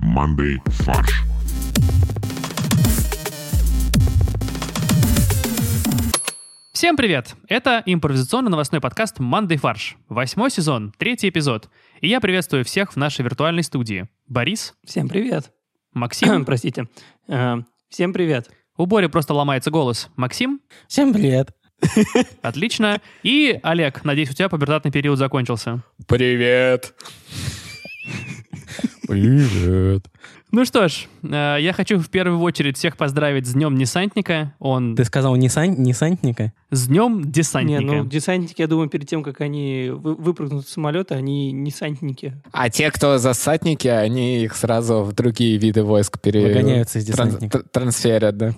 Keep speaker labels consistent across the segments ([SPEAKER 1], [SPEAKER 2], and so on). [SPEAKER 1] командой Slash.
[SPEAKER 2] Всем привет! Это импровизационно-новостной подкаст «Мандай фарш». Восьмой сезон, третий эпизод. И я приветствую всех в нашей виртуальной студии. Борис,
[SPEAKER 3] Всем привет.
[SPEAKER 2] Максим.
[SPEAKER 3] Простите. Э, Всем привет.
[SPEAKER 2] У Бори просто ломается голос. Максим,
[SPEAKER 4] Всем привет.
[SPEAKER 2] отлично. И Олег, надеюсь, у тебя пубертатный период закончился.
[SPEAKER 5] Привет. Привет.
[SPEAKER 2] Ну что ж, э, я хочу в первую очередь всех поздравить с Днем Десантника. Он...
[SPEAKER 4] Ты сказал не, сан- не сантника?
[SPEAKER 2] С Днем
[SPEAKER 3] Не,
[SPEAKER 2] Десантника.
[SPEAKER 3] ну десантники, я думаю, перед тем, как они вы- выпрыгнут с самолета, они не сантники.
[SPEAKER 5] А те, кто засадники, они их сразу в другие виды войск пере...
[SPEAKER 4] Выгоняются из
[SPEAKER 5] транс-
[SPEAKER 4] десантника.
[SPEAKER 5] тр- трансферят, да?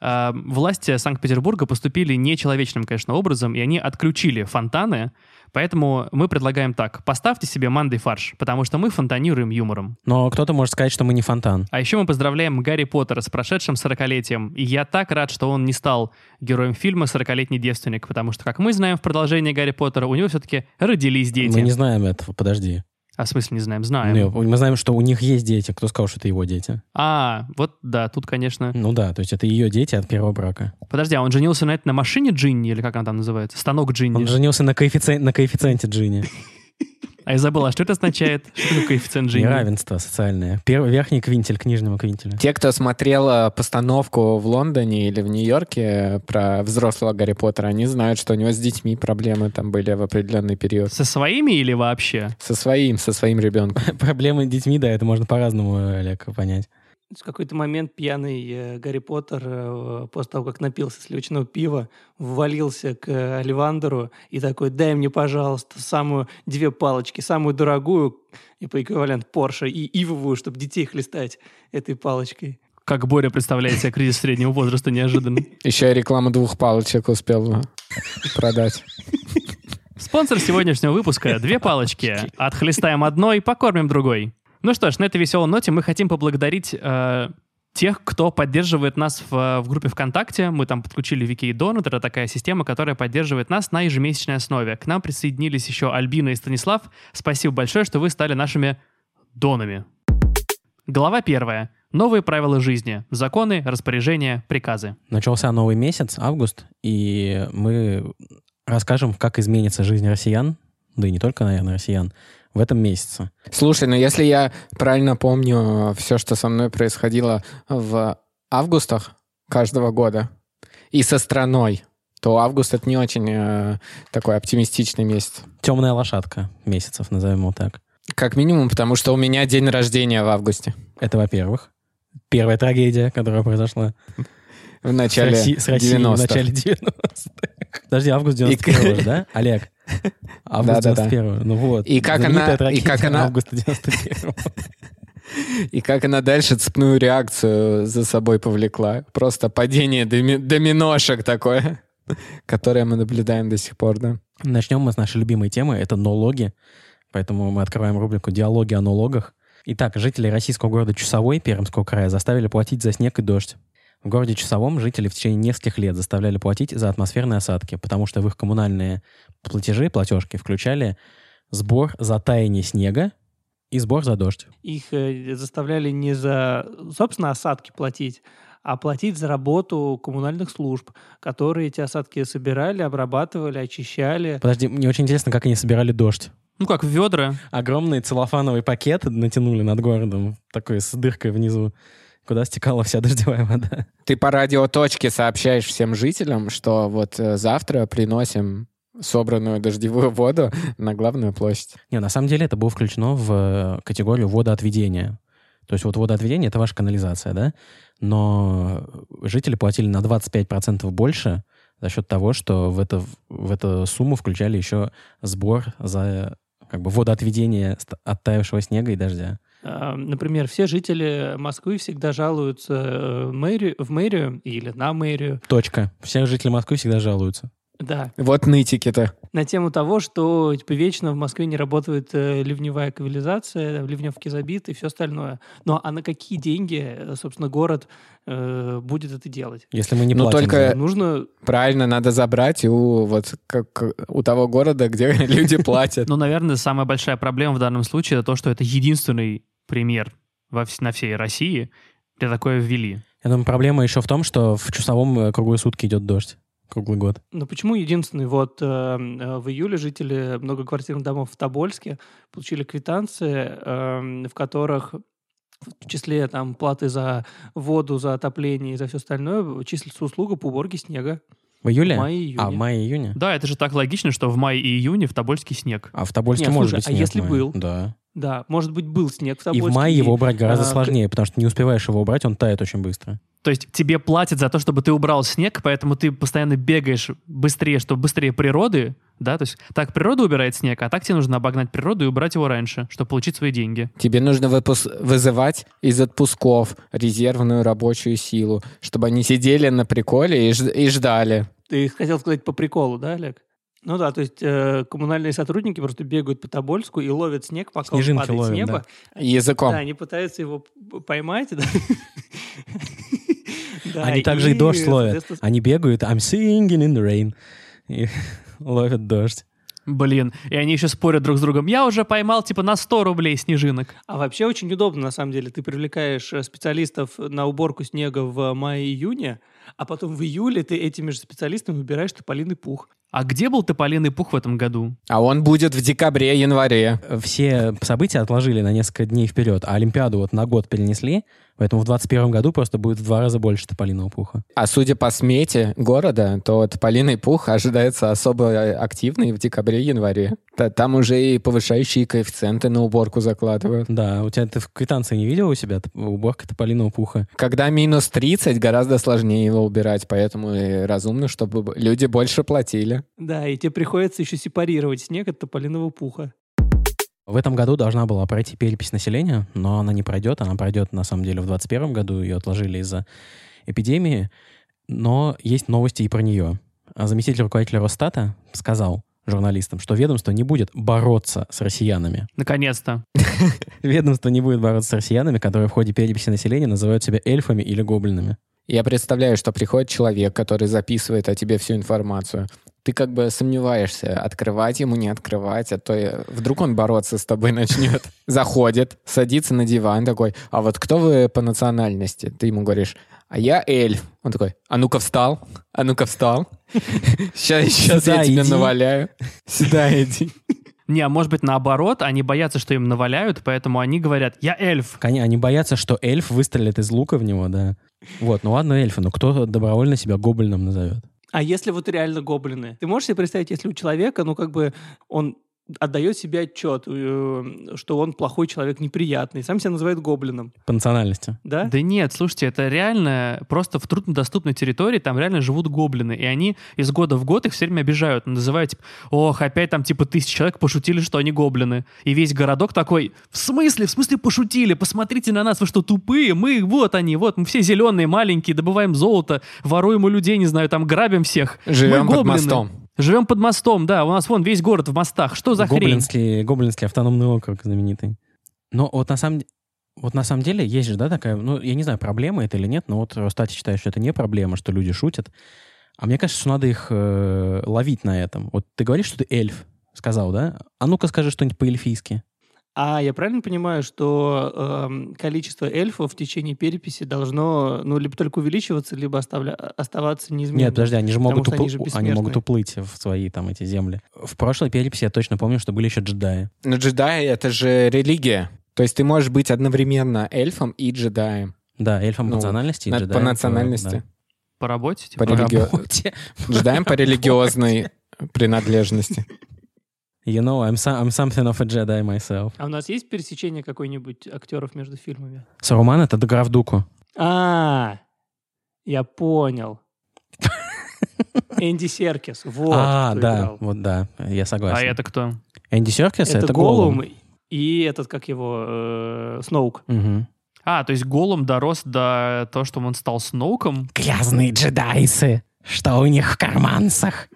[SPEAKER 2] А, Власти Санкт-Петербурга поступили нечеловечным, конечно, образом, и они отключили фонтаны. Поэтому мы предлагаем так. Поставьте себе мандай фарш, потому что мы фонтанируем юмором.
[SPEAKER 4] Но кто-то может сказать, что мы не фонтан.
[SPEAKER 2] А еще мы поздравляем Гарри Поттера с прошедшим 40-летием. И я так рад, что он не стал героем фильма «40-летний девственник», потому что, как мы знаем в продолжении Гарри Поттера, у него все-таки родились дети.
[SPEAKER 4] Мы не знаем этого, подожди.
[SPEAKER 2] А в смысле не знаем? Знаем.
[SPEAKER 4] Ну, мы знаем, что у них есть дети. Кто сказал, что это его дети?
[SPEAKER 2] А, вот да, тут, конечно.
[SPEAKER 4] Ну да, то есть это ее дети от первого брака.
[SPEAKER 2] Подожди, а он женился на, это- на машине Джинни, или как она там называется? Станок Джинни.
[SPEAKER 4] Он женился на, коэффициен- на коэффициенте Джинни.
[SPEAKER 2] А я забыл, а что это означает? Что такое коэффициент Джинни?
[SPEAKER 4] Неравенство социальное. Первый верхний квинтель к нижнему квинтелю.
[SPEAKER 5] Те, кто смотрел э, постановку в Лондоне или в Нью-Йорке э, про взрослого Гарри Поттера, они знают, что у него с детьми проблемы там были в определенный период.
[SPEAKER 2] Со своими или вообще?
[SPEAKER 5] Со своим, со своим ребенком.
[SPEAKER 4] Проблемы с детьми, да, это можно по-разному, э, Олег, понять.
[SPEAKER 3] В какой-то момент пьяный э, Гарри Поттер, э, после того, как напился сливочного пива, ввалился к э, Оливандеру и такой, дай мне, пожалуйста, самую две палочки, самую дорогую, и по эквивалент Порше, и ивовую, чтобы детей хлестать этой палочкой.
[SPEAKER 2] Как Боря представляет себе кризис среднего возраста неожиданно.
[SPEAKER 5] Еще и рекламу двух палочек успел э, продать.
[SPEAKER 2] Спонсор сегодняшнего выпуска — две палочки. Отхлестаем одной, покормим другой. Ну что ж, на этой веселой ноте мы хотим поблагодарить э, тех, кто поддерживает нас в, в группе ВКонтакте. Мы там подключили Вики и Донат. Это такая система, которая поддерживает нас на ежемесячной основе. К нам присоединились еще Альбина и Станислав. Спасибо большое, что вы стали нашими донами. Глава первая. Новые правила жизни. Законы, распоряжения, приказы.
[SPEAKER 4] Начался новый месяц, август, и мы расскажем, как изменится жизнь россиян, да и не только, наверное, россиян, в этом месяце.
[SPEAKER 5] Слушай, ну если я правильно помню все, что со мной происходило в августах каждого года и со страной, то август это не очень э, такой оптимистичный месяц.
[SPEAKER 4] Темная лошадка месяцев, назовем его так.
[SPEAKER 5] Как минимум, потому что у меня день рождения в августе.
[SPEAKER 4] Это, во-первых, первая трагедия, которая произошла
[SPEAKER 5] В начале
[SPEAKER 4] с, Росси- с Россией
[SPEAKER 5] 90-х.
[SPEAKER 4] в начале 90-х. Подожди, август 91 же, да, Олег? Август
[SPEAKER 5] Да-да-да.
[SPEAKER 4] 91 Ну вот.
[SPEAKER 5] И как
[SPEAKER 4] знаменитая
[SPEAKER 5] она- и
[SPEAKER 4] трагедия
[SPEAKER 5] как она-
[SPEAKER 4] Августа 91
[SPEAKER 5] И как она дальше цепную реакцию за собой повлекла. Просто падение доми- доминошек такое, которое мы наблюдаем до сих пор, да.
[SPEAKER 4] Начнем мы с нашей любимой темы, это налоги. Поэтому мы открываем рубрику «Диалоги о налогах». Итак, жители российского города Чусовой Пермского края заставили платить за снег и дождь. В городе Чусовом жители в течение нескольких лет заставляли платить за атмосферные осадки, потому что в их коммунальные платежи, платежки включали сбор за таяние снега и сбор за дождь.
[SPEAKER 3] Их э, заставляли не за, собственно, осадки платить, а платить за работу коммунальных служб, которые эти осадки собирали, обрабатывали, очищали.
[SPEAKER 4] Подожди, мне очень интересно, как они собирали дождь.
[SPEAKER 2] Ну как, ведра.
[SPEAKER 4] Огромный целлофановый пакет натянули над городом, такой с дыркой внизу, куда стекала вся дождевая вода.
[SPEAKER 5] Ты по радиоточке сообщаешь всем жителям, что вот э, завтра приносим собранную дождевую воду на главную площадь.
[SPEAKER 4] Не, на самом деле это было включено в э, категорию водоотведения. То есть вот водоотведение — это ваша канализация, да? Но жители платили на 25% больше за счет того, что в, это, в эту сумму включали еще сбор за э, как бы водоотведение ст- оттаившего снега и дождя.
[SPEAKER 3] Э, Например, все жители Москвы всегда жалуются э, мэрию, в мэрию или на мэрию,
[SPEAKER 4] Точка. Все жители Москвы всегда жалуются.
[SPEAKER 3] да,
[SPEAKER 5] Вот нытики-то.
[SPEAKER 3] на тему того, что типа, вечно в Москве не работает э, ливневая канализация, там, ливневки забиты и все остальное. Но а на какие деньги, э, собственно, город э, будет это делать?
[SPEAKER 4] Если мы не
[SPEAKER 5] Ну,
[SPEAKER 4] платим.
[SPEAKER 5] только- Э,
[SPEAKER 3] Нужно
[SPEAKER 5] Правильно, надо забрать у вот как у того города, где люди платят.
[SPEAKER 2] Ну, наверное, самая большая проблема в данном случае это то, что это единственный пример во вс- на всей России, где такое ввели.
[SPEAKER 4] Я думаю, проблема еще в том, что в часовом э, круглые сутки идет дождь. Круглый год.
[SPEAKER 3] Но почему единственный? Вот э, э, в июле жители многоквартирных домов в Тобольске получили квитанции, эм, в которых в числе там платы за воду, за отопление и за все остальное числится услуга по уборке снега.
[SPEAKER 4] В июле?
[SPEAKER 3] В мае-июне.
[SPEAKER 4] А, в мае-июне?
[SPEAKER 2] Да, это же так логично, что в мае и июне в Тобольске снег.
[SPEAKER 4] А в Тобольске
[SPEAKER 3] Нет,
[SPEAKER 4] может
[SPEAKER 3] слушай,
[SPEAKER 4] быть
[SPEAKER 3] а
[SPEAKER 4] снег
[SPEAKER 3] если
[SPEAKER 4] в мае.
[SPEAKER 3] был?
[SPEAKER 4] Да.
[SPEAKER 3] Да, может быть, был снег в
[SPEAKER 4] И
[SPEAKER 3] Тобольске.
[SPEAKER 4] в мае его убрать гораздо
[SPEAKER 3] а, к-
[SPEAKER 4] сложнее, потому что не успеваешь его убрать, он тает очень быстро.
[SPEAKER 2] То есть тебе платят за то, чтобы ты убрал снег, поэтому ты постоянно бегаешь быстрее, чтобы быстрее природы, да, то есть так природа убирает снег, а так тебе нужно обогнать природу и убрать его раньше, чтобы получить свои деньги.
[SPEAKER 5] Тебе нужно выпус- вызывать из отпусков резервную рабочую силу, чтобы они сидели на приколе и, ж- и ждали.
[SPEAKER 3] Ты хотел сказать по приколу, да, Олег? Ну да, то есть э, коммунальные сотрудники просто бегают по Тобольску и ловят снег, пока
[SPEAKER 4] Снежинки
[SPEAKER 3] он падает
[SPEAKER 4] ловим,
[SPEAKER 3] с неба.
[SPEAKER 5] Языком.
[SPEAKER 3] Да, они пытаются его п- поймать. да. Да,
[SPEAKER 4] Они также и дождь ловят.
[SPEAKER 3] соответственно,
[SPEAKER 4] Они бегают, I'm singing in the rain. И ловят дождь.
[SPEAKER 2] Блин, и они еще спорят друг с другом. Я уже поймал типа на 100 рублей снежинок.
[SPEAKER 3] А вообще очень удобно, на самом деле. Ты привлекаешь э, специалистов на уборку снега в мае-июне, а потом в июле ты этими же специалистами выбираешь тополиный пух.
[SPEAKER 2] А где был тополиный пух в этом году?
[SPEAKER 5] А он будет в декабре-январе.
[SPEAKER 4] Все события отложили на несколько дней вперед, а Олимпиаду вот на год перенесли, поэтому в 21 году просто будет в два раза больше тополиного пуха.
[SPEAKER 5] А судя по смете города, то тополиный пух ожидается особо активный в декабре-январе. Та- Там уже и повышающие коэффициенты на уборку закладывают.
[SPEAKER 4] Да, у тебя ты в квитанции не видел у себя топ- уборка тополиного пуха?
[SPEAKER 5] Когда минус 30, гораздо сложнее его убирать, поэтому и разумно, чтобы б- люди больше платили.
[SPEAKER 3] Да, и тебе приходится еще сепарировать снег от тополиного пуха.
[SPEAKER 4] В этом году должна была пройти перепись населения, но она не пройдет. Она пройдет, на самом деле, в 2021 году. Ее отложили из-за эпидемии. Но есть новости и про нее. А Заместитель руководителя Росстата сказал журналистам, что ведомство не будет бороться с россиянами.
[SPEAKER 2] Наконец-то.
[SPEAKER 4] Ведомство не будет бороться с россиянами, которые в ходе переписи населения называют себя эльфами или гоблинами.
[SPEAKER 5] Я представляю, что приходит человек, который записывает о тебе всю информацию. Ты как бы сомневаешься, открывать ему, не открывать, а то и- вдруг он бороться с тобой начнет. Заходит, садится на диван такой, а вот кто вы по национальности? Ты ему говоришь, а я эльф. Он такой, а ну-ка встал, а ну-ка встал. Сейчас
[SPEAKER 4] Сюда
[SPEAKER 5] я тебе
[SPEAKER 4] иди».
[SPEAKER 5] наваляю. Сюда иди.
[SPEAKER 2] Не, а может быть наоборот, они боятся, что им наваляют, поэтому они говорят, я эльф.
[SPEAKER 4] Они, они боятся, что эльф выстрелит из лука в него, да. Вот, ну ладно, эльфы, но кто добровольно себя гоблином назовет?
[SPEAKER 3] А если вот реально гоблины? Ты можешь себе представить, если у человека, ну, как бы он отдает себе отчет, э, что он плохой человек, неприятный, сам себя называет гоблином,
[SPEAKER 4] По национальности.
[SPEAKER 3] да?
[SPEAKER 2] Да нет, слушайте, это реально просто в труднодоступной территории, там реально живут гоблины, и они из года в год их все время обижают, называют, типа, ох, опять там типа тысяч человек пошутили, что они гоблины. И весь городок такой, в смысле, в смысле пошутили, посмотрите на нас, вы что, тупые? Мы, вот они, вот, мы все зеленые, маленькие, добываем золото, воруем у людей, не знаю, там грабим всех. Мы
[SPEAKER 5] Живем под
[SPEAKER 2] гоблины.
[SPEAKER 5] мостом.
[SPEAKER 2] Живем под мостом, да, у нас вон весь город в мостах, что за хрень?
[SPEAKER 4] гоблинский, гоблинский автономный округ знаменитый. Но вот на самом де- вот на самом деле есть же, да, такая, ну, я не знаю, проблема это или нет, но вот Росстате считает, что это не проблема, что люди шутят. А мне кажется, что надо их э, ловить на этом. Вот ты говоришь, что ты эльф, сказал, да? А ну-ка скажи что-нибудь по-эльфийски.
[SPEAKER 3] А я правильно понимаю, что эм, количество эльфов в течение переписи должно, ну, либо только увеличиваться, либо оставля- оставаться неизменным?
[SPEAKER 4] Нет, подожди, они же
[SPEAKER 3] Потому
[SPEAKER 4] могут,
[SPEAKER 3] что они
[SPEAKER 4] упл-
[SPEAKER 3] же
[SPEAKER 4] они,
[SPEAKER 3] бессмертные.
[SPEAKER 4] могут уплыть в свои там эти земли. В прошлой переписи я точно помню, что были еще джедаи.
[SPEAKER 5] Но Ну, джедаи — это же религия. То есть ты можешь быть одновременно эльфом и джедаем.
[SPEAKER 4] Да, эльфам
[SPEAKER 5] Ну,
[SPEAKER 4] по национальности и
[SPEAKER 5] На-
[SPEAKER 4] джедаи
[SPEAKER 5] По
[SPEAKER 4] по-
[SPEAKER 5] национальности.
[SPEAKER 2] По работе? типа?
[SPEAKER 5] По
[SPEAKER 4] да, по
[SPEAKER 5] религио-
[SPEAKER 4] работе.
[SPEAKER 5] Ждаем по религиозной принадлежности.
[SPEAKER 4] You know, I'm, so- I'm something of a Jedi myself.
[SPEAKER 3] А у нас есть пересечение какой-нибудь актеров между фильмами?
[SPEAKER 4] Саруман — это граф Дуку.
[SPEAKER 3] А, я понял. Энди Серкис, вот
[SPEAKER 4] а,
[SPEAKER 3] кто
[SPEAKER 4] да,
[SPEAKER 3] играл.
[SPEAKER 4] вот да, я согласен.
[SPEAKER 2] А это кто?
[SPEAKER 4] Энди Серкис это,
[SPEAKER 3] Это
[SPEAKER 4] Голум.
[SPEAKER 3] Голум и этот, как его, э, Сноук.
[SPEAKER 4] Мгм.
[SPEAKER 2] А, то есть Голум дорос до того, что он стал Сноуком?
[SPEAKER 4] Грязные джедайсы, что у них в карманцах?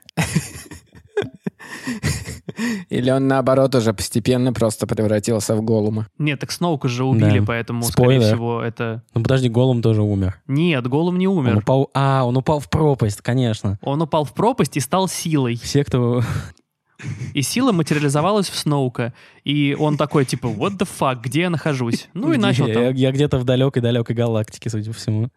[SPEAKER 5] Или он, наоборот, уже постепенно просто превратился в голума.
[SPEAKER 2] Нет, так Сноука же убили,
[SPEAKER 4] Да.
[SPEAKER 2] поэтому, скорее
[SPEAKER 4] Спойлер.
[SPEAKER 2] всего, это...
[SPEAKER 4] Ну подожди, Голум тоже умер.
[SPEAKER 2] Нет, Голум не
[SPEAKER 4] Он
[SPEAKER 2] умер.
[SPEAKER 4] упал... А, он упал в пропасть, конечно.
[SPEAKER 2] Он упал в пропасть и стал силой.
[SPEAKER 4] Все, кто...
[SPEAKER 2] И сила материализовалась в Сноука. И он такой, типа, what the fuck, где я нахожусь? Ну и начал
[SPEAKER 4] Я,
[SPEAKER 2] там.
[SPEAKER 4] я где-то в далекой-далекой галактике, судя по всему.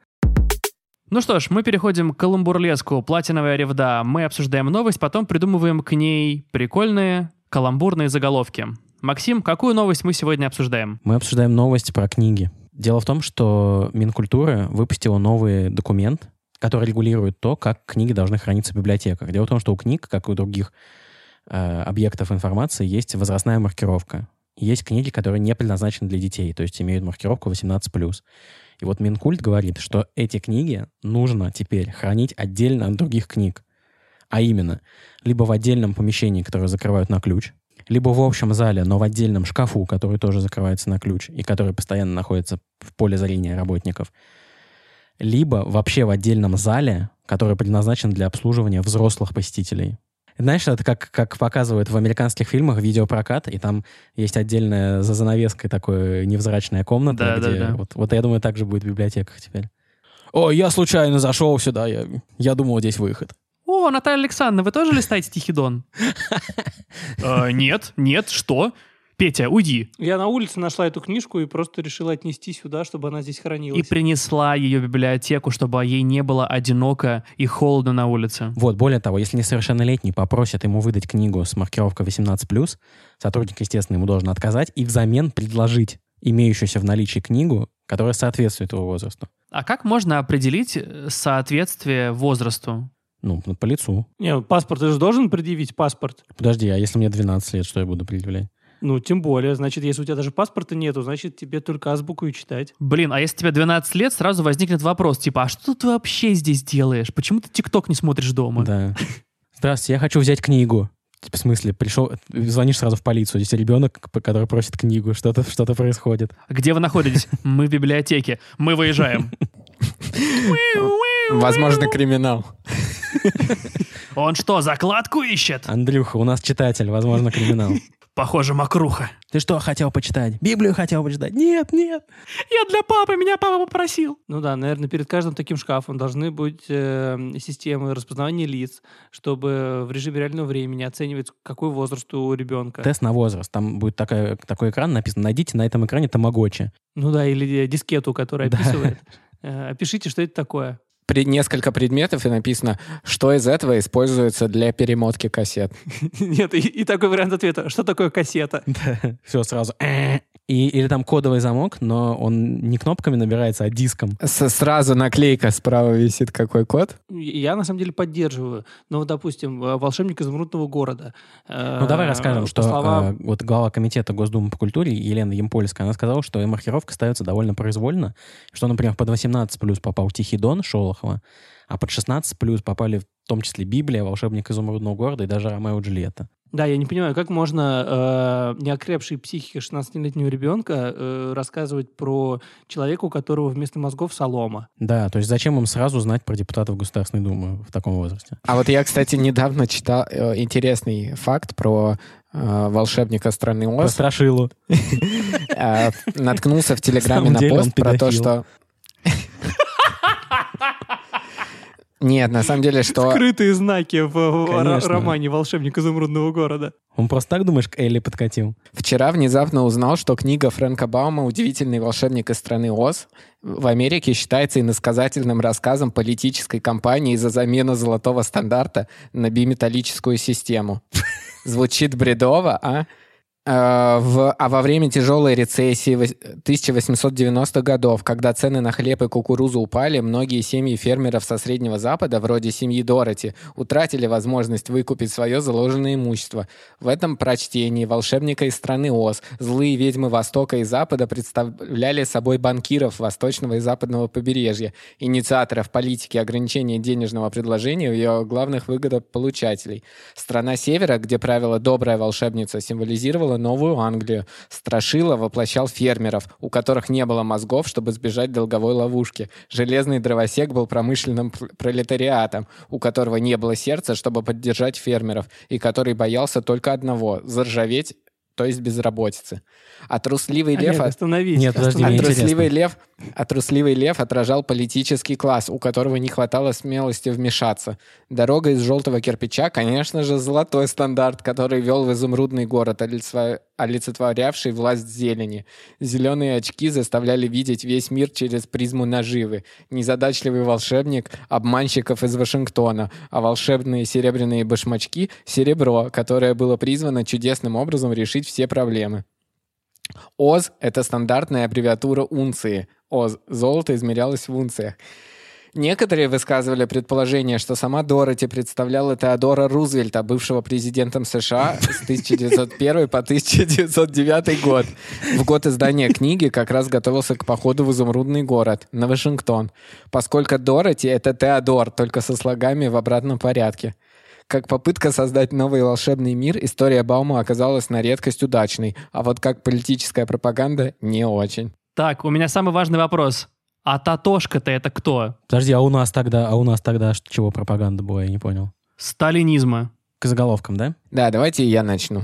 [SPEAKER 2] Ну что ж, мы переходим к каламбурлеску «Платиновая ревда». Мы обсуждаем новость, потом придумываем к ней прикольные каламбурные заголовки. Максим, какую новость мы сегодня обсуждаем?
[SPEAKER 4] Мы обсуждаем новости про книги. Дело в том, что Минкультура выпустила новый документ, который регулирует то, как книги должны храниться в библиотеках. Дело в том, что у книг, как и у других э, объектов информации, есть возрастная маркировка. Есть книги, которые не предназначены для детей, то есть имеют маркировку 18+. И вот Минкульт говорит, что эти книги нужно теперь хранить отдельно от других книг. А именно, либо в отдельном помещении, которое закрывают на ключ, либо в общем зале, но в отдельном шкафу, который тоже закрывается на ключ и который постоянно находится в поле зрения работников, либо вообще в отдельном зале, который предназначен для обслуживания взрослых посетителей. Знаешь, это как, как показывают в американских фильмах видеопрокат, и там есть отдельная за занавеской такая невзрачная
[SPEAKER 2] Да,
[SPEAKER 4] комната,
[SPEAKER 2] да,
[SPEAKER 4] где
[SPEAKER 2] да.
[SPEAKER 4] Вот, вот я думаю, так же будет в библиотеках теперь. О, я случайно зашел сюда, я, я думал, здесь выход.
[SPEAKER 2] О, Наталья Александровна, вы тоже листаете «Тихий Дон»? «Э, Нет, нет, что? Петя, уйди.
[SPEAKER 3] Я на улице нашла эту книжку и просто решила отнести сюда, чтобы она здесь
[SPEAKER 2] И
[SPEAKER 3] хранилась.
[SPEAKER 2] принесла ее в библиотеку, чтобы ей не было одиноко и холодно на улице.
[SPEAKER 4] Вот, более того, если несовершеннолетний попросит ему выдать книгу с маркировкой 18+, сотрудник, естественно, ему должен отказать и взамен предложить имеющуюся в наличии книгу, которая соответствует его возрасту.
[SPEAKER 2] А как можно определить э, соответствие возрасту?
[SPEAKER 4] Ну, ну, по лицу.
[SPEAKER 3] Не, паспорт ты же должен предъявить паспорт.
[SPEAKER 4] Подожди, а если мне 12 лет, что я буду предъявлять?
[SPEAKER 3] Ну, тем более, значит, если у тебя даже паспорта нету, значит, тебе только азбуку и читать.
[SPEAKER 2] Блин, а если тебе 12 лет, сразу возникнет вопрос, типа, а что ты вообще здесь делаешь? Почему ты ТикТок не смотришь дома?
[SPEAKER 4] Да. Здравствуйте, я хочу взять книгу. В смысле, пришел, звонишь сразу в полицию. Здесь ребенок, который просит книгу, что-то что происходит.
[SPEAKER 2] Где вы находитесь? Мы в библиотеке. Мы выезжаем.
[SPEAKER 5] Возможно, криминал.
[SPEAKER 2] Он что, закладку ищет?
[SPEAKER 4] Андрюха, у нас читатель, возможно, криминал.
[SPEAKER 2] Похоже, мокруха.
[SPEAKER 4] Ты что хотел почитать? Библию хотел почитать? Нет, нет.
[SPEAKER 2] Я для папы, меня папа попросил.
[SPEAKER 3] Ну да, наверное, перед каждым таким шкафом должны быть э, системы распознавания лиц, чтобы в режиме реального времени оценивать, какой возраст у ребенка.
[SPEAKER 4] Тест на возраст. Там будет такая- такой экран написано. Найдите на этом экране тамагочи.
[SPEAKER 3] Ну да, или дискету, которая
[SPEAKER 4] Да.
[SPEAKER 3] описывает. Э, опишите, что это такое.
[SPEAKER 5] При- несколько предметов и написано, что из этого используется для перемотки кассет.
[SPEAKER 3] Нет, и, и такой вариант ответа. Что такое кассета?
[SPEAKER 4] Все сразу. «Э». И, или там кодовый замок, но он не кнопками набирается, а диском.
[SPEAKER 5] С- сразу наклейка справа висит какой код.
[SPEAKER 3] Я на самом деле поддерживаю. Ну, вот, допустим, э, волшебник изумрудного города.
[SPEAKER 4] Ну,
[SPEAKER 3] А,
[SPEAKER 4] давай расскажем, что э, вот глава комитета Госдумы по культуре Елена Емпольская, она сказала, что и маркировка ставится довольно произвольно, что, например, под 18 плюс попал Тихий Дон Шолохова, а под 16 плюс попали в том числе Библия, Волшебник изумрудного города и даже Ромео и Джульетта.
[SPEAKER 3] Да, я не понимаю, как можно э, неокрепшей психике 16-летнего ребенка э, рассказывать про человека, у которого вместо мозгов солома.
[SPEAKER 4] Да, то есть зачем им сразу знать про депутатов Государственной Думы в таком возрасте?
[SPEAKER 5] А вот я, кстати, недавно читал э, интересный факт про э, волшебника страны
[SPEAKER 4] Про
[SPEAKER 5] Оз.
[SPEAKER 4] страшилу.
[SPEAKER 5] Э, Наткнулся в Телеграме
[SPEAKER 4] самом
[SPEAKER 5] на
[SPEAKER 4] деле он
[SPEAKER 5] пост про то, что...
[SPEAKER 4] педофил.
[SPEAKER 5] Нет, на самом деле, что...
[SPEAKER 3] Скрытые знаки в, в ро-
[SPEAKER 4] А. Конечно.
[SPEAKER 3] романе «Волшебник изумрудного города».
[SPEAKER 4] Он просто так, думаешь, к Элли подкатил?
[SPEAKER 5] Вчера внезапно узнал, что книга Фрэнка Баума «Удивительный волшебник из страны Оз» в Америке считается иносказательным рассказом политической кампании за замену золотого стандарта на биметаллическую систему. Звучит бредово, а? Э, в- а во время тяжелой рецессии вось- 1890-х годов, когда цены на хлеб и кукурузу упали, многие семьи фермеров со Среднего Запада, вроде семьи Дороти, утратили возможность выкупить свое заложенное имущество. В этом прочтении волшебника из страны Оз злые ведьмы Востока и Запада представляли собой банкиров восточного и западного побережья, инициаторов политики ограничения денежного предложения и ее главных выгодополучателей. Страна Севера, где правила добрая волшебница, символизировала Новую Англию. Страшила воплощал фермеров, у которых не было мозгов, чтобы сбежать долговой ловушки. Железный дровосек был промышленным пр- пролетариатом, у которого не было сердца, чтобы поддержать фермеров, и который боялся только одного — заржаветь то есть безработицы. А трусливый лев...
[SPEAKER 3] Олег, остановись.
[SPEAKER 4] Нет, подожди,
[SPEAKER 5] А
[SPEAKER 4] Мне
[SPEAKER 3] остановись.
[SPEAKER 5] трусливый, лев, а трусливый лев отражал политический класс, у которого не хватало смелости вмешаться. Дорога из желтого кирпича, конечно же, золотой стандарт, который вел в изумрудный город, олицва- олицетворявший власть зелени. Зеленые очки заставляли видеть весь мир через призму наживы. Незадачливый волшебник — обманщиков из Вашингтона, а волшебные серебряные башмачки — серебро, которое было призвано чудесным образом решить все проблемы. ОЗ — это стандартная аббревиатура унции. ОЗ — золото измерялось в унциях. Некоторые высказывали предположение, что сама Дороти представляла Теодора Рузвельта, бывшего президентом США с 1901 по 1909 год. В год издания книги как раз готовился к походу в изумрудный город, на Вашингтон, поскольку Дороти — это Теодор, только со слогами в обратном порядке. Как попытка создать новый волшебный мир, история Баума оказалась на редкость удачной, а вот как политическая пропаганда — не очень.
[SPEAKER 2] Так, у меня самый важный вопрос. А Татошка-то это кто?
[SPEAKER 4] Подожди, а у нас тогда, а у нас тогда ш- чего пропаганда была, я не понял.
[SPEAKER 2] Сталинизма.
[SPEAKER 4] К заголовкам, да?
[SPEAKER 5] Да, давайте я начну.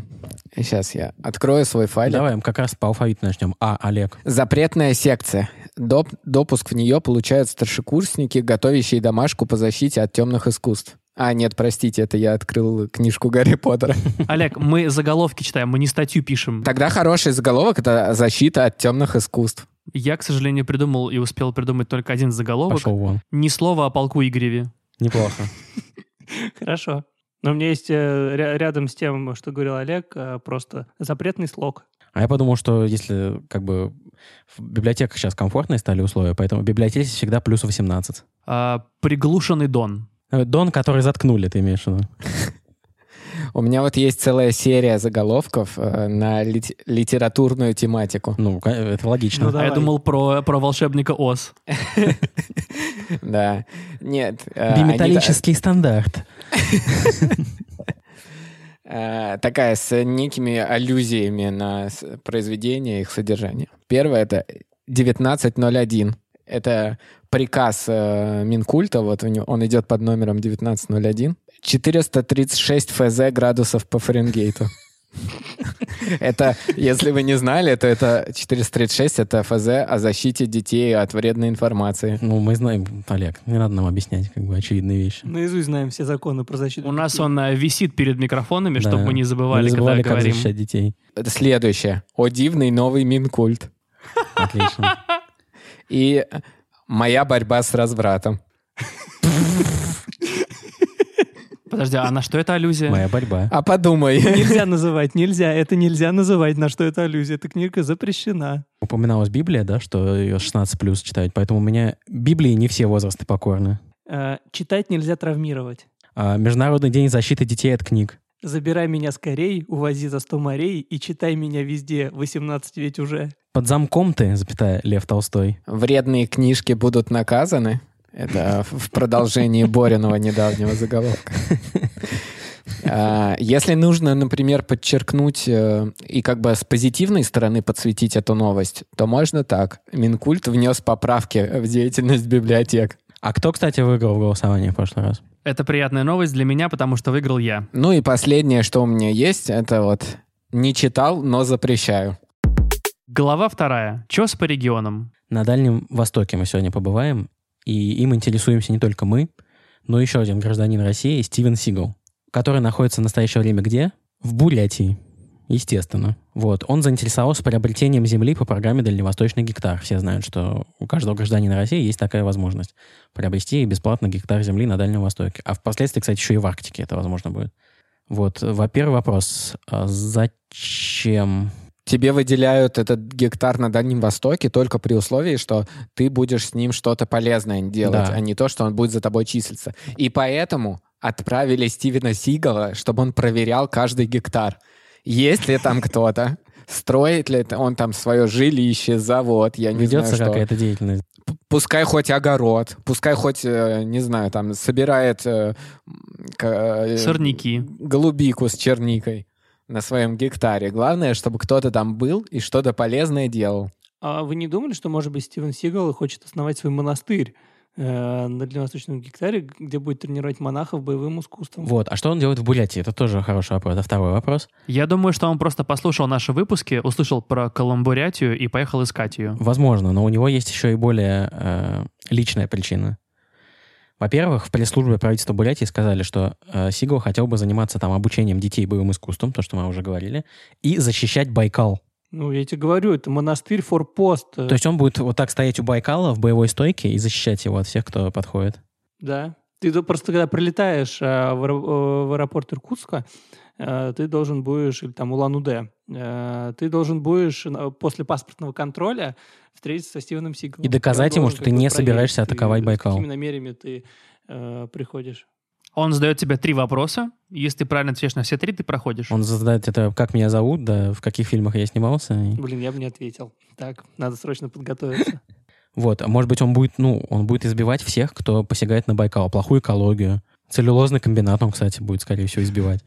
[SPEAKER 5] Сейчас я открою свой файл.
[SPEAKER 4] Давай мы как раз по алфавиту начнем. А, Олег.
[SPEAKER 5] Запретная секция. Доп- допуск в нее получают старшекурсники, готовящие домашку по защите от темных искусств. А, нет, простите, это я открыл книжку Гарри Поттера.
[SPEAKER 2] Олег, мы заголовки читаем, мы не статью пишем.
[SPEAKER 5] Тогда хороший заголовок — это «Защита от темных искусств».
[SPEAKER 2] Я, к сожалению, придумал и успел придумать только один заголовок.
[SPEAKER 4] Пошел вон.
[SPEAKER 2] Ни слова о полку Игореве.
[SPEAKER 4] Неплохо.
[SPEAKER 3] Хорошо. Но у меня есть э, ря- рядом с тем, что говорил Олег, э, просто запретный слог.
[SPEAKER 4] А я подумал, что если как бы в библиотеках сейчас комфортные стали условия, поэтому библиотеки всегда плюс 18.
[SPEAKER 2] А, приглушенный Дон.
[SPEAKER 4] Э, Дон, который заткнули, ты имеешь в виду?
[SPEAKER 5] У меня вот есть целая серия заголовков э, на лит- литературную тематику.
[SPEAKER 4] Ну, ка- это логично.
[SPEAKER 3] Ну
[SPEAKER 2] А я
[SPEAKER 3] Давай.
[SPEAKER 2] думал про, про волшебника Оз.
[SPEAKER 5] Да. Нет. э, они-
[SPEAKER 4] Биметаллический стандарт.
[SPEAKER 5] э, такая с некими аллюзиями на с- произведение и их содержание. Первое это 1901. Это приказ э, Минкульта, вот у него, он идет под номером 1901. 436 ФЗ градусов по Фаренгейту. Это, если вы не знали, то это 436, это ФЗ о защите детей от вредной информации.
[SPEAKER 4] Ну, мы знаем, Олег, не надо нам объяснять как бы очевидные вещи.
[SPEAKER 3] Наизусть знаем все законы про защиту.
[SPEAKER 2] У нас
[SPEAKER 3] детей.
[SPEAKER 2] он э, висит перед микрофонами,
[SPEAKER 4] Да.
[SPEAKER 2] чтобы мы не забывали,
[SPEAKER 4] Мы забывали,
[SPEAKER 2] когда
[SPEAKER 4] как
[SPEAKER 2] говорим.
[SPEAKER 4] защищать детей.
[SPEAKER 5] Это Следующее. О дивный новый Минкульт.
[SPEAKER 4] Отлично.
[SPEAKER 5] И моя борьба с развратом.
[SPEAKER 2] Подожди, а на что это аллюзия?
[SPEAKER 4] Моя борьба.
[SPEAKER 5] А подумай.
[SPEAKER 3] Нельзя называть, нельзя, это нельзя называть, на что это аллюзия. Эта книга запрещена.
[SPEAKER 4] Упоминалась Библия, да, что ее 16 плюс читают, поэтому у меня Библии не все возрасты покорны.
[SPEAKER 3] Э, читать нельзя травмировать.
[SPEAKER 4] А Международный день защиты детей от книг.
[SPEAKER 3] Забирай меня скорей, увози за сто морей и читай меня везде, 18 ведь уже.
[SPEAKER 4] Под замком ты, запятая, Лев Толстой.
[SPEAKER 5] Вредные книжки будут наказаны. Это в продолжении Бориного недавнего заголовка. А, Если нужно, например, подчеркнуть э, и как бы с позитивной стороны подсветить эту новость, то можно так. Минкульт внес поправки в деятельность библиотек.
[SPEAKER 4] А кто, кстати, выиграл в голосовании в прошлый раз?
[SPEAKER 2] Это приятная новость для меня, потому что выиграл я.
[SPEAKER 5] Ну и последнее, что у меня есть, это вот «Не читал, но запрещаю».
[SPEAKER 2] Глава вторая. Чес по регионам.
[SPEAKER 4] На Дальнем Востоке мы сегодня побываем, и им интересуемся не только мы, но еще один гражданин России, Стивен Сигал, который находится в настоящее время где? В Бурятии, естественно. Вот. Он заинтересовался приобретением земли по программе «Дальневосточный гектар». Все знают, что у каждого гражданина России есть такая возможность приобрести бесплатно гектар земли на Дальнем Востоке. А впоследствии, кстати, еще и в Арктике это возможно будет. Вот. Во-первых, вопрос. а Зачем
[SPEAKER 5] Тебе выделяют этот гектар на Дальнем Востоке только при условии, что ты будешь с ним что-то полезное делать,
[SPEAKER 4] Да.
[SPEAKER 5] а не то, что он будет за тобой числиться. И поэтому отправили Стивена Сигала, чтобы он проверял каждый гектар. Есть ли там кто-то? Строит ли это- он там свое жилище, завод, я не знаю,
[SPEAKER 4] ведется
[SPEAKER 5] что.
[SPEAKER 4] какая-то деятельность?
[SPEAKER 5] П- Пускай хоть огород, пускай хоть, э, не знаю, там, собирает... э, м, к- э,
[SPEAKER 2] Сорняки.
[SPEAKER 5] голубику с черникой на своем гектаре. Главное, чтобы кто-то там был и что-то полезное делал.
[SPEAKER 3] А вы не думали, что, может быть, Стивен Сигал хочет основать свой монастырь э, на Дальневосточном гектаре, где будет тренировать монахов боевым искусством.
[SPEAKER 4] Вот. А что он делает в Бурятии? Это тоже хороший вопрос. А второй вопрос.
[SPEAKER 2] Я думаю, что он просто послушал наши выпуски, услышал про Коломбурятию и поехал искать ее.
[SPEAKER 4] Возможно, но у него есть еще и более э, личная причина. Во-первых, в пресс-службе правительства Бурятии сказали, что э, Сигал хотел бы заниматься там обучением детей боевым искусством, то, что мы уже говорили, и защищать Байкал.
[SPEAKER 3] Ну, я тебе говорю, это монастырь форпост. э,
[SPEAKER 4] То есть он будет вот так стоять у Байкала в боевой стойке и защищать его от всех, кто подходит.
[SPEAKER 3] Да. Ты до- просто когда прилетаешь а, в, аэро- э, в аэропорт Иркутска, э, ты должен будешь, или там Улан-Удэ, э, ты должен будешь э, после паспортного контроля встретиться со Стивеном Сигалом.
[SPEAKER 4] И доказать
[SPEAKER 3] Он
[SPEAKER 4] ему,
[SPEAKER 3] должен
[SPEAKER 4] что
[SPEAKER 3] как
[SPEAKER 4] ты
[SPEAKER 3] бы
[SPEAKER 4] не
[SPEAKER 3] проверить,
[SPEAKER 4] собираешься
[SPEAKER 3] ты-
[SPEAKER 4] атаковать Байкал.
[SPEAKER 3] С какими намерениями ты э, приходишь.
[SPEAKER 2] Он задает тебе три вопроса. Если ты правильно отвечаешь на все три, ты проходишь.
[SPEAKER 4] Он задает это, как меня зовут, да, в каких фильмах я снимался. и-
[SPEAKER 3] Блин, я бы не ответил. Так, надо срочно подготовиться.
[SPEAKER 4] Вот, а может быть, он будет, ну, он будет избивать всех, кто посягает на Байкал. Плохую экологию. Целлюлозный комбинат он, кстати, будет, скорее всего, избивать.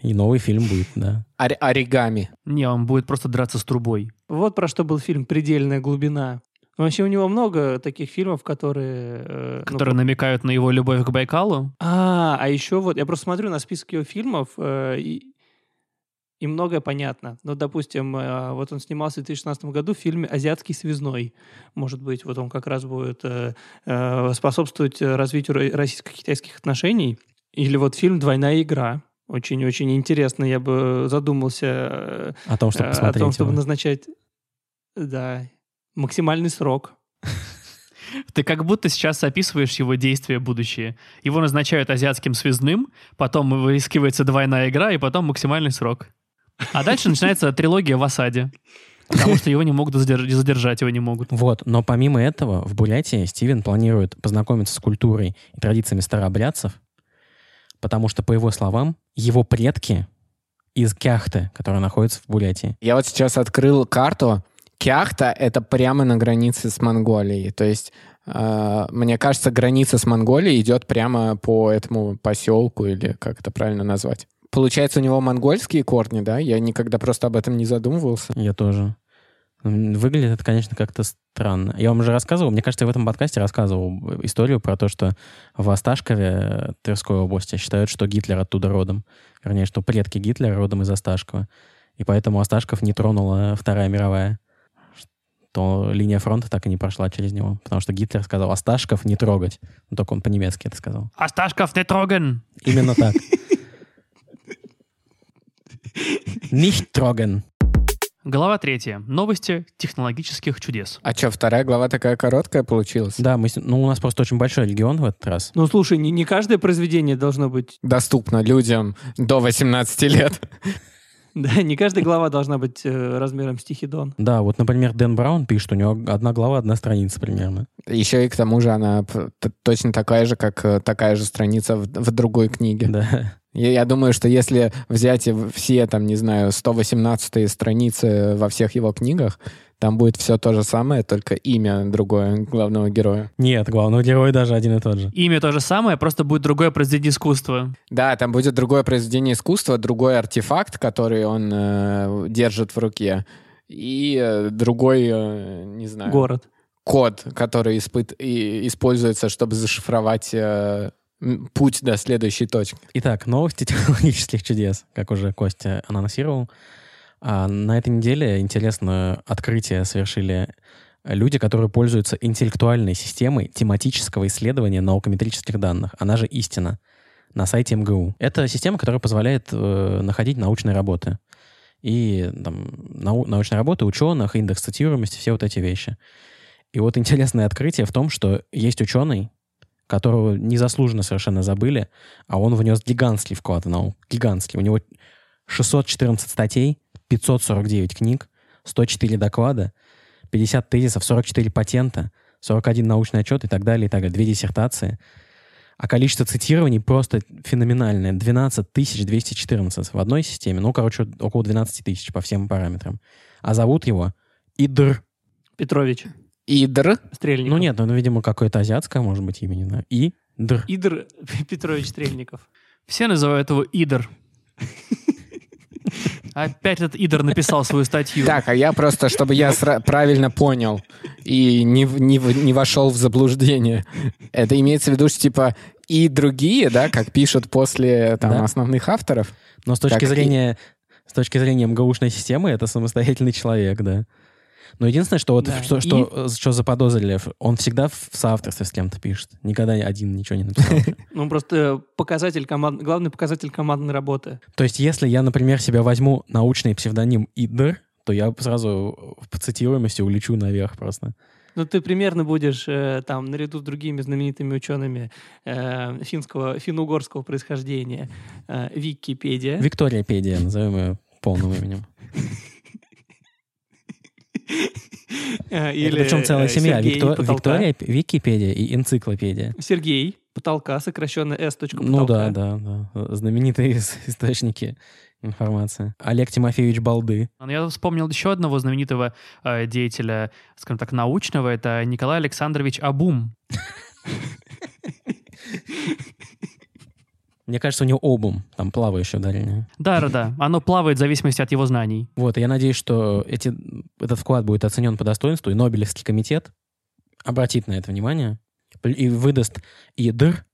[SPEAKER 4] И новый фильм будет, да.
[SPEAKER 5] Ори- оригами.
[SPEAKER 2] Не, он будет просто драться с трубой.
[SPEAKER 3] Вот про что был фильм «Предельная глубина». Ну, Вообще у него много таких фильмов, которые... э, ну,
[SPEAKER 2] Которые намекают на его любовь к Байкалу.
[SPEAKER 3] А, а еще вот, я просто смотрю на список его фильмов, э, и, и многое понятно. Ну, допустим, э, вот он снимался в 2016 году в фильме «Азиатский связной». Может быть, вот он как раз будет э, э, способствовать э, развитию ро- российско-китайских отношений. Или вот фильм «Двойная игра». Очень-очень интересно, я бы задумался э,
[SPEAKER 4] О том, чтобы
[SPEAKER 3] э, о
[SPEAKER 4] посмотреть.
[SPEAKER 3] том, чтобы
[SPEAKER 4] его.
[SPEAKER 3] назначать... Да, максимальный срок.
[SPEAKER 2] Ты как будто сейчас описываешь его действия будущие. Его назначают азиатским связным, потом выискивается двойная игра, и потом максимальный срок. А дальше начинается трилогия в осаде. Потому что его не могут задерж- задержать, его не могут.
[SPEAKER 4] Вот, но помимо этого, в Бурятии Стивен планирует познакомиться с культурой и традициями старообрядцев, потому что, по его словам, его предки из Кяхты, которая находится в Бурятии.
[SPEAKER 5] Я вот сейчас открыл карту. Кяхта — это прямо на границе с Монголией. То есть, э, мне кажется, граница с Монголией идет прямо по этому поселку, или как это правильно назвать. Получается, у него монгольские корни, да? Я никогда просто об этом не задумывался.
[SPEAKER 4] Я тоже. М, Выглядит это, конечно, как-то странно. Я вам уже рассказывал, мне кажется, я в этом подкасте рассказывал э, историю про то, что в Осташкове э, Тверской области считают, что Гитлер оттуда родом. Вернее, что предки Гитлера родом из Осташкова. И поэтому Осташков не тронула э, Вторая мировая. Что линия фронта так и не прошла через него. Потому что Гитлер сказал Осташков не трогать. Ну, только он по-немецки это сказал.
[SPEAKER 2] Осташков не троган!
[SPEAKER 4] Именно так. Nicht trogen.
[SPEAKER 2] Глава третья. Новости технологических чудес.
[SPEAKER 5] А что, вторая глава такая короткая получилась?
[SPEAKER 4] Да, мы, с- ну, у нас просто очень большой регион в этот раз.
[SPEAKER 3] Ну, слушай, не, не каждое произведение должно быть
[SPEAKER 5] Доступно людям до 18 лет.
[SPEAKER 3] Да, не каждая глава должна быть э, размером с Тихий Дон.
[SPEAKER 4] Да, вот, например, Дэн Браун пишет, у него одна глава, одна страница примерно.
[SPEAKER 5] Еще и к тому же она п- т- точно такая же, как э, такая же страница в, в другой книге.
[SPEAKER 4] Да.
[SPEAKER 5] Я, я думаю, что если взять и в- все, там, не знаю, 118 страницы во всех его книгах, там будет все то же самое, только имя другое главного героя.
[SPEAKER 4] Нет, главного героя даже один и тот же.
[SPEAKER 2] Имя то же самое, просто будет другое произведение искусства.
[SPEAKER 5] Да, там будет другое произведение искусства, другой артефакт, который он э, держит в руке, и э, другой, э, не знаю,
[SPEAKER 3] Город.
[SPEAKER 5] код, который испыт- и- используется, чтобы зашифровать э, м, путь до следующей точки.
[SPEAKER 4] Итак, новости технологических чудес, как уже Костя анонсировал. А на этой неделе интересное открытие совершили люди, которые пользуются интеллектуальной системой тематического исследования наукометрических данных, она же «Истина», на сайте МГУ. Это система, которая позволяет э, находить научные работы. И там, нау- научные работы ученых, индекс цитируемости, все вот эти вещи. И вот интересное открытие в том, что есть ученый, которого незаслуженно совершенно забыли, а он внес гигантский вклад в науку. Гигантский. У него 614 статей, 549 книг, 104 доклада, 50 тезисов, 44 патента, 41 научный отчет и так далее, и так далее. Две диссертации. А количество цитирований просто феноменальное. 12 214 в одной системе. Ну, короче, около 12 тысяч по всем параметрам. А зовут его Идр.
[SPEAKER 3] Петрович.
[SPEAKER 5] Идр.
[SPEAKER 3] Стрельников.
[SPEAKER 4] Ну, нет, ну, видимо, какое-то азиатское, может быть, имя, не знаю. Идр.
[SPEAKER 3] Идр Петрович Стрельников.
[SPEAKER 2] Все называют его Идор. Опять этот Идор написал свою статью.
[SPEAKER 5] Так, а я просто, чтобы я сра- правильно понял и не, в- не, в- не вошел в заблуждение. Это имеется в виду, что типа и другие, да, как пишут после там,
[SPEAKER 4] Да.
[SPEAKER 5] основных авторов.
[SPEAKER 4] Но с точки
[SPEAKER 5] Так, и-
[SPEAKER 4] зрения с точки зрения МГУшной системы это самостоятельный человек, да. Но единственное, что вот
[SPEAKER 3] Да,
[SPEAKER 4] что,
[SPEAKER 3] и-
[SPEAKER 4] что, э, что заподозрили, ф- он всегда в соавторстве с кем-то пишет. Никогда один ничего не написал.
[SPEAKER 3] Ну, просто показатель команд... главный показатель командной работы.
[SPEAKER 4] То есть, если я, например, себя возьму научный псевдоним Идер, то я сразу по цитируемости улечу наверх просто.
[SPEAKER 3] Ну, ты примерно будешь э, там наряду с другими знаменитыми учеными э, финского, финно-угорского происхождения э, Википедия.
[SPEAKER 4] Виктория Педия, назовем ее полным именем.
[SPEAKER 3] Э,
[SPEAKER 4] Это
[SPEAKER 3] или,
[SPEAKER 4] причем целая
[SPEAKER 3] э,
[SPEAKER 4] семья.
[SPEAKER 3] Сергей
[SPEAKER 4] Викто-
[SPEAKER 3] Потолка.
[SPEAKER 4] Виктория, П- Википедия и энциклопедия.
[SPEAKER 3] Сергей потолка, сокращенно S. Потолка.
[SPEAKER 4] Ну да, да, да. Э, Знаменитые ис- источники информации. Олег Тимофеевич Балды.
[SPEAKER 2] Но я вспомнил еще одного знаменитого э, деятеля, скажем так, научного. Это Николай Александрович Абум.
[SPEAKER 4] Мне кажется, у него обум, там плавающее ударение.
[SPEAKER 2] Да, да, да. Оно плавает в зависимости от его знаний.
[SPEAKER 4] Вот, и я надеюсь, что эти, этот вклад будет оценен по достоинству, и Нобелевский комитет обратит на это внимание пл- и выдаст ИДР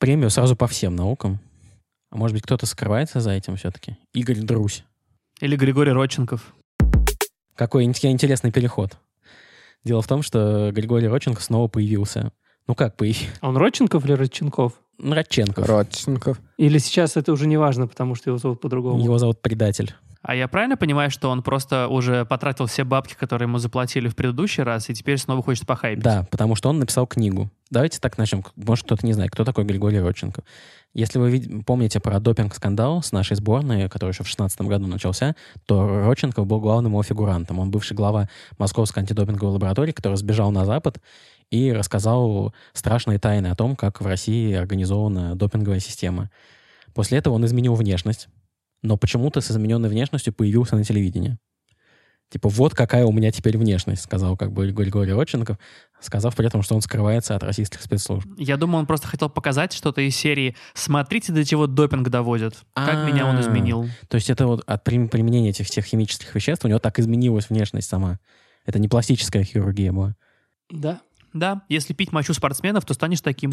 [SPEAKER 4] премию сразу по всем наукам. А может быть, кто-то скрывается за этим все-таки? Игорь Друсь.
[SPEAKER 2] Или Григорий Родченков.
[SPEAKER 4] Какой ин- интересный переход. Дело в том, что Григорий Родченко снова появился. Ну как появился?
[SPEAKER 3] А Он Родченков или Родченков?
[SPEAKER 4] Родченков.
[SPEAKER 5] Родченков.
[SPEAKER 3] Или сейчас это уже не важно, потому что его зовут по-другому.
[SPEAKER 4] Его зовут Предатель.
[SPEAKER 2] А я правильно понимаю, что он просто уже потратил все бабки, которые ему заплатили в предыдущий раз, и теперь снова хочет похайпить?
[SPEAKER 4] Да, потому что он написал книгу. Давайте так начнем. Может, кто-то не знает, кто такой Григорий Родченко. Если вы вид- помните про допинг-скандал с нашей сборной, который еще в 2016 году начался, то Родченко был главным его фигурантом. Он бывший глава Московской антидопинговой лаборатории, который сбежал на Запад и рассказал страшные тайны о том, как в России организована допинговая система. После этого он изменил внешность, но почему-то с измененной внешностью появился на телевидении. Типа, вот какая у меня теперь внешность, сказал как бы Григорий Родченков, сказав при этом, что он скрывается от российских спецслужб.
[SPEAKER 2] Я думаю, он просто хотел показать что-то из серии «Смотрите, до чего допинг доводит». Как меня он
[SPEAKER 4] А.
[SPEAKER 2] изменил.
[SPEAKER 4] То есть это вот от прим- применения этих всех химических веществ у него так изменилась внешность сама. Это не пластическая хирургия была.
[SPEAKER 3] Да.
[SPEAKER 2] Да, если пить мочу спортсменов, то станешь таким.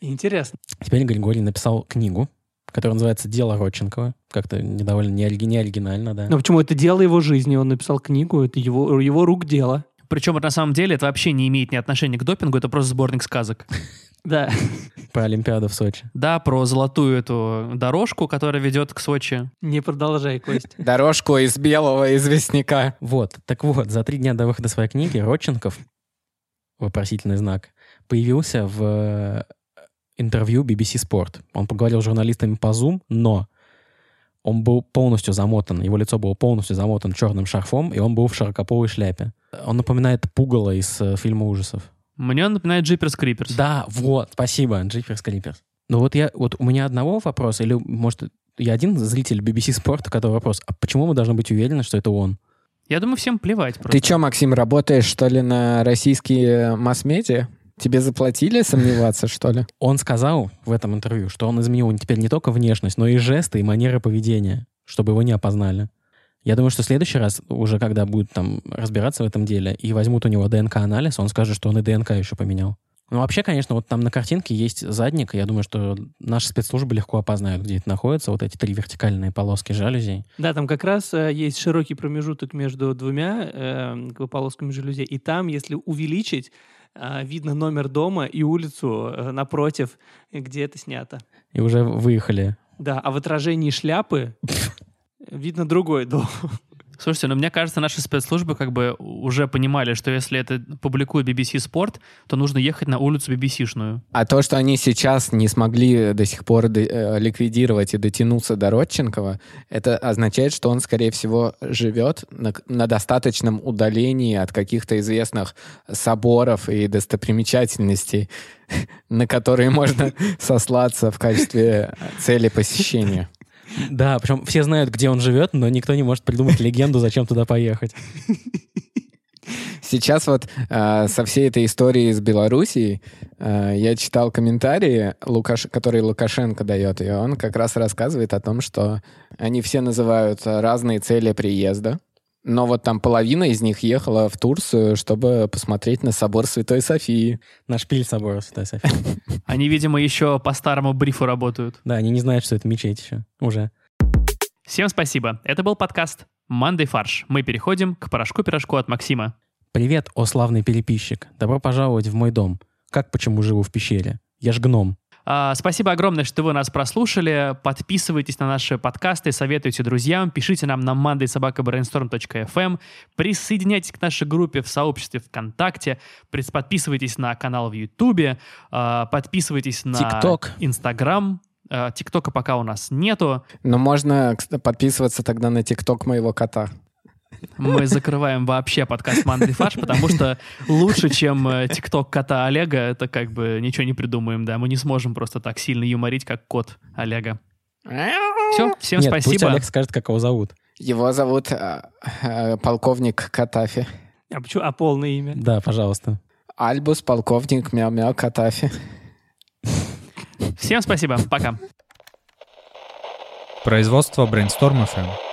[SPEAKER 3] Интересно.
[SPEAKER 4] Теперь Григорий написал книгу, которая называется «Дело Родченкова». Как-то не довольно не, оригин- не оригинально, да.
[SPEAKER 3] Но почему это дело его жизни? Он написал книгу, это его, его рук дело.
[SPEAKER 2] Причем это на самом деле это вообще не имеет ни отношения к допингу, это просто сборник сказок.
[SPEAKER 3] Да.
[SPEAKER 4] Про Олимпиаду в Сочи.
[SPEAKER 2] Да, про золотую эту дорожку, которая ведет к Сочи.
[SPEAKER 3] Не продолжай, Кость.
[SPEAKER 5] Дорожку из белого известняка.
[SPEAKER 4] Вот, так вот, за три дня до выхода своей книги Родченков, вопросительный знак, появился в э, интервью BBC Sport. Он поговорил с журналистами по Zoom, но он был полностью замотан, его лицо было полностью замотан черным шарфом, и он был в широкополой шляпе. Он напоминает пугало из э, фильма ужасов.
[SPEAKER 2] Мне он напоминает Джиперс Криперс.
[SPEAKER 4] Да, вот, спасибо, Джиперс Калиперс. Ну вот я, вот у меня одного вопроса, или, может, я один зритель BBC Sport, у которого вопрос, а почему мы должны быть уверены, что это он?
[SPEAKER 2] Я думаю, всем плевать просто.
[SPEAKER 5] Ты чё, Максим, работаешь, что ли, на российские э, масс-медиа? Тебе заплатили сомневаться, что ли?
[SPEAKER 4] Он сказал в этом интервью, что он изменил теперь не только внешность, но и жесты, и манеры поведения, чтобы его не опознали. Я думаю, что в следующий раз, уже когда будут там разбираться в этом деле, и возьмут у него ДНК-анализ, он скажет, что он и ДНК еще поменял. Ну, вообще, конечно, вот там на картинке есть задник, и я думаю, что наши спецслужбы легко опознают, где это находится, вот эти три вертикальные полоски жалюзей.
[SPEAKER 3] Да, там как раз э, есть широкий промежуток между двумя э, как бы полосками жалюзи. И там, если увеличить, э, видно номер дома и улицу э, напротив, где это снято.
[SPEAKER 4] И уже выехали.
[SPEAKER 3] Да, а в отражении шляпы видно другой дом.
[SPEAKER 2] Слушайте, ну мне кажется, наши спецслужбы как бы уже понимали, что если это публикует BBC Sport, то нужно ехать на улицу BBC-шную.
[SPEAKER 5] А то, что они сейчас не смогли до сих пор д- э, ликвидировать и дотянуться до Родченкова, это означает, что он, скорее всего, живет на, к- на достаточном удалении от каких-то известных соборов и достопримечательностей, на которые можно сослаться в качестве э, цели посещения.
[SPEAKER 4] Да, причем все знают, где он живет, но никто не может придумать легенду, зачем туда поехать.
[SPEAKER 5] Сейчас вот э, со всей этой историей с Белоруссией э, я читал комментарии, Лукаш... которые Лукашенко дает, и он как раз рассказывает о том, что они все называют разные цели приезда, но вот там половина из них ехала в Турцию, чтобы посмотреть на собор Святой Софии.
[SPEAKER 4] На шпиль собора Святой Софии.
[SPEAKER 2] Они, видимо, еще по старому брифу работают.
[SPEAKER 4] Да, они не знают, что это мечеть еще. Уже.
[SPEAKER 2] Всем спасибо. Это был подкаст «Мандай фарш». Мы переходим к порошку-пирожку от Максима.
[SPEAKER 4] Привет, о славный переписчик. Добро пожаловать в мой дом. Как почему живу в пещере? Я ж гном.
[SPEAKER 2] А, Спасибо огромное, что вы нас прослушали. Подписывайтесь на наши подкасты, советуйте друзьям, пишите нам на mondaysobakabrainstorm.fm, эм, присоединяйтесь к нашей группе в сообществе ВКонтакте, прис- подписывайтесь на канал в Ютубе, а, подписывайтесь на
[SPEAKER 4] Тик-ток.
[SPEAKER 2] Инстаграм. А, ТикТока пока у нас нету.
[SPEAKER 5] Но можно кс- подписываться тогда на ТикТок моего кота.
[SPEAKER 2] Мы закрываем вообще подкаст «Манды фарш», потому что лучше, чем э, тикток кота Олега, это как бы ничего не придумаем, да. Мы не сможем просто так сильно юморить, как кот Олега. Все, всем
[SPEAKER 4] Нет, пусть
[SPEAKER 2] спасибо.
[SPEAKER 4] Олег скажет, как его зовут.
[SPEAKER 5] Его зовут э, э, полковник Катафи.
[SPEAKER 3] А, почему, а полное имя?
[SPEAKER 4] Да, пожалуйста.
[SPEAKER 5] Альбус полковник мяу-мяу Катафи.
[SPEAKER 2] Всем спасибо, пока.
[SPEAKER 1] Производство Brainstorm FM.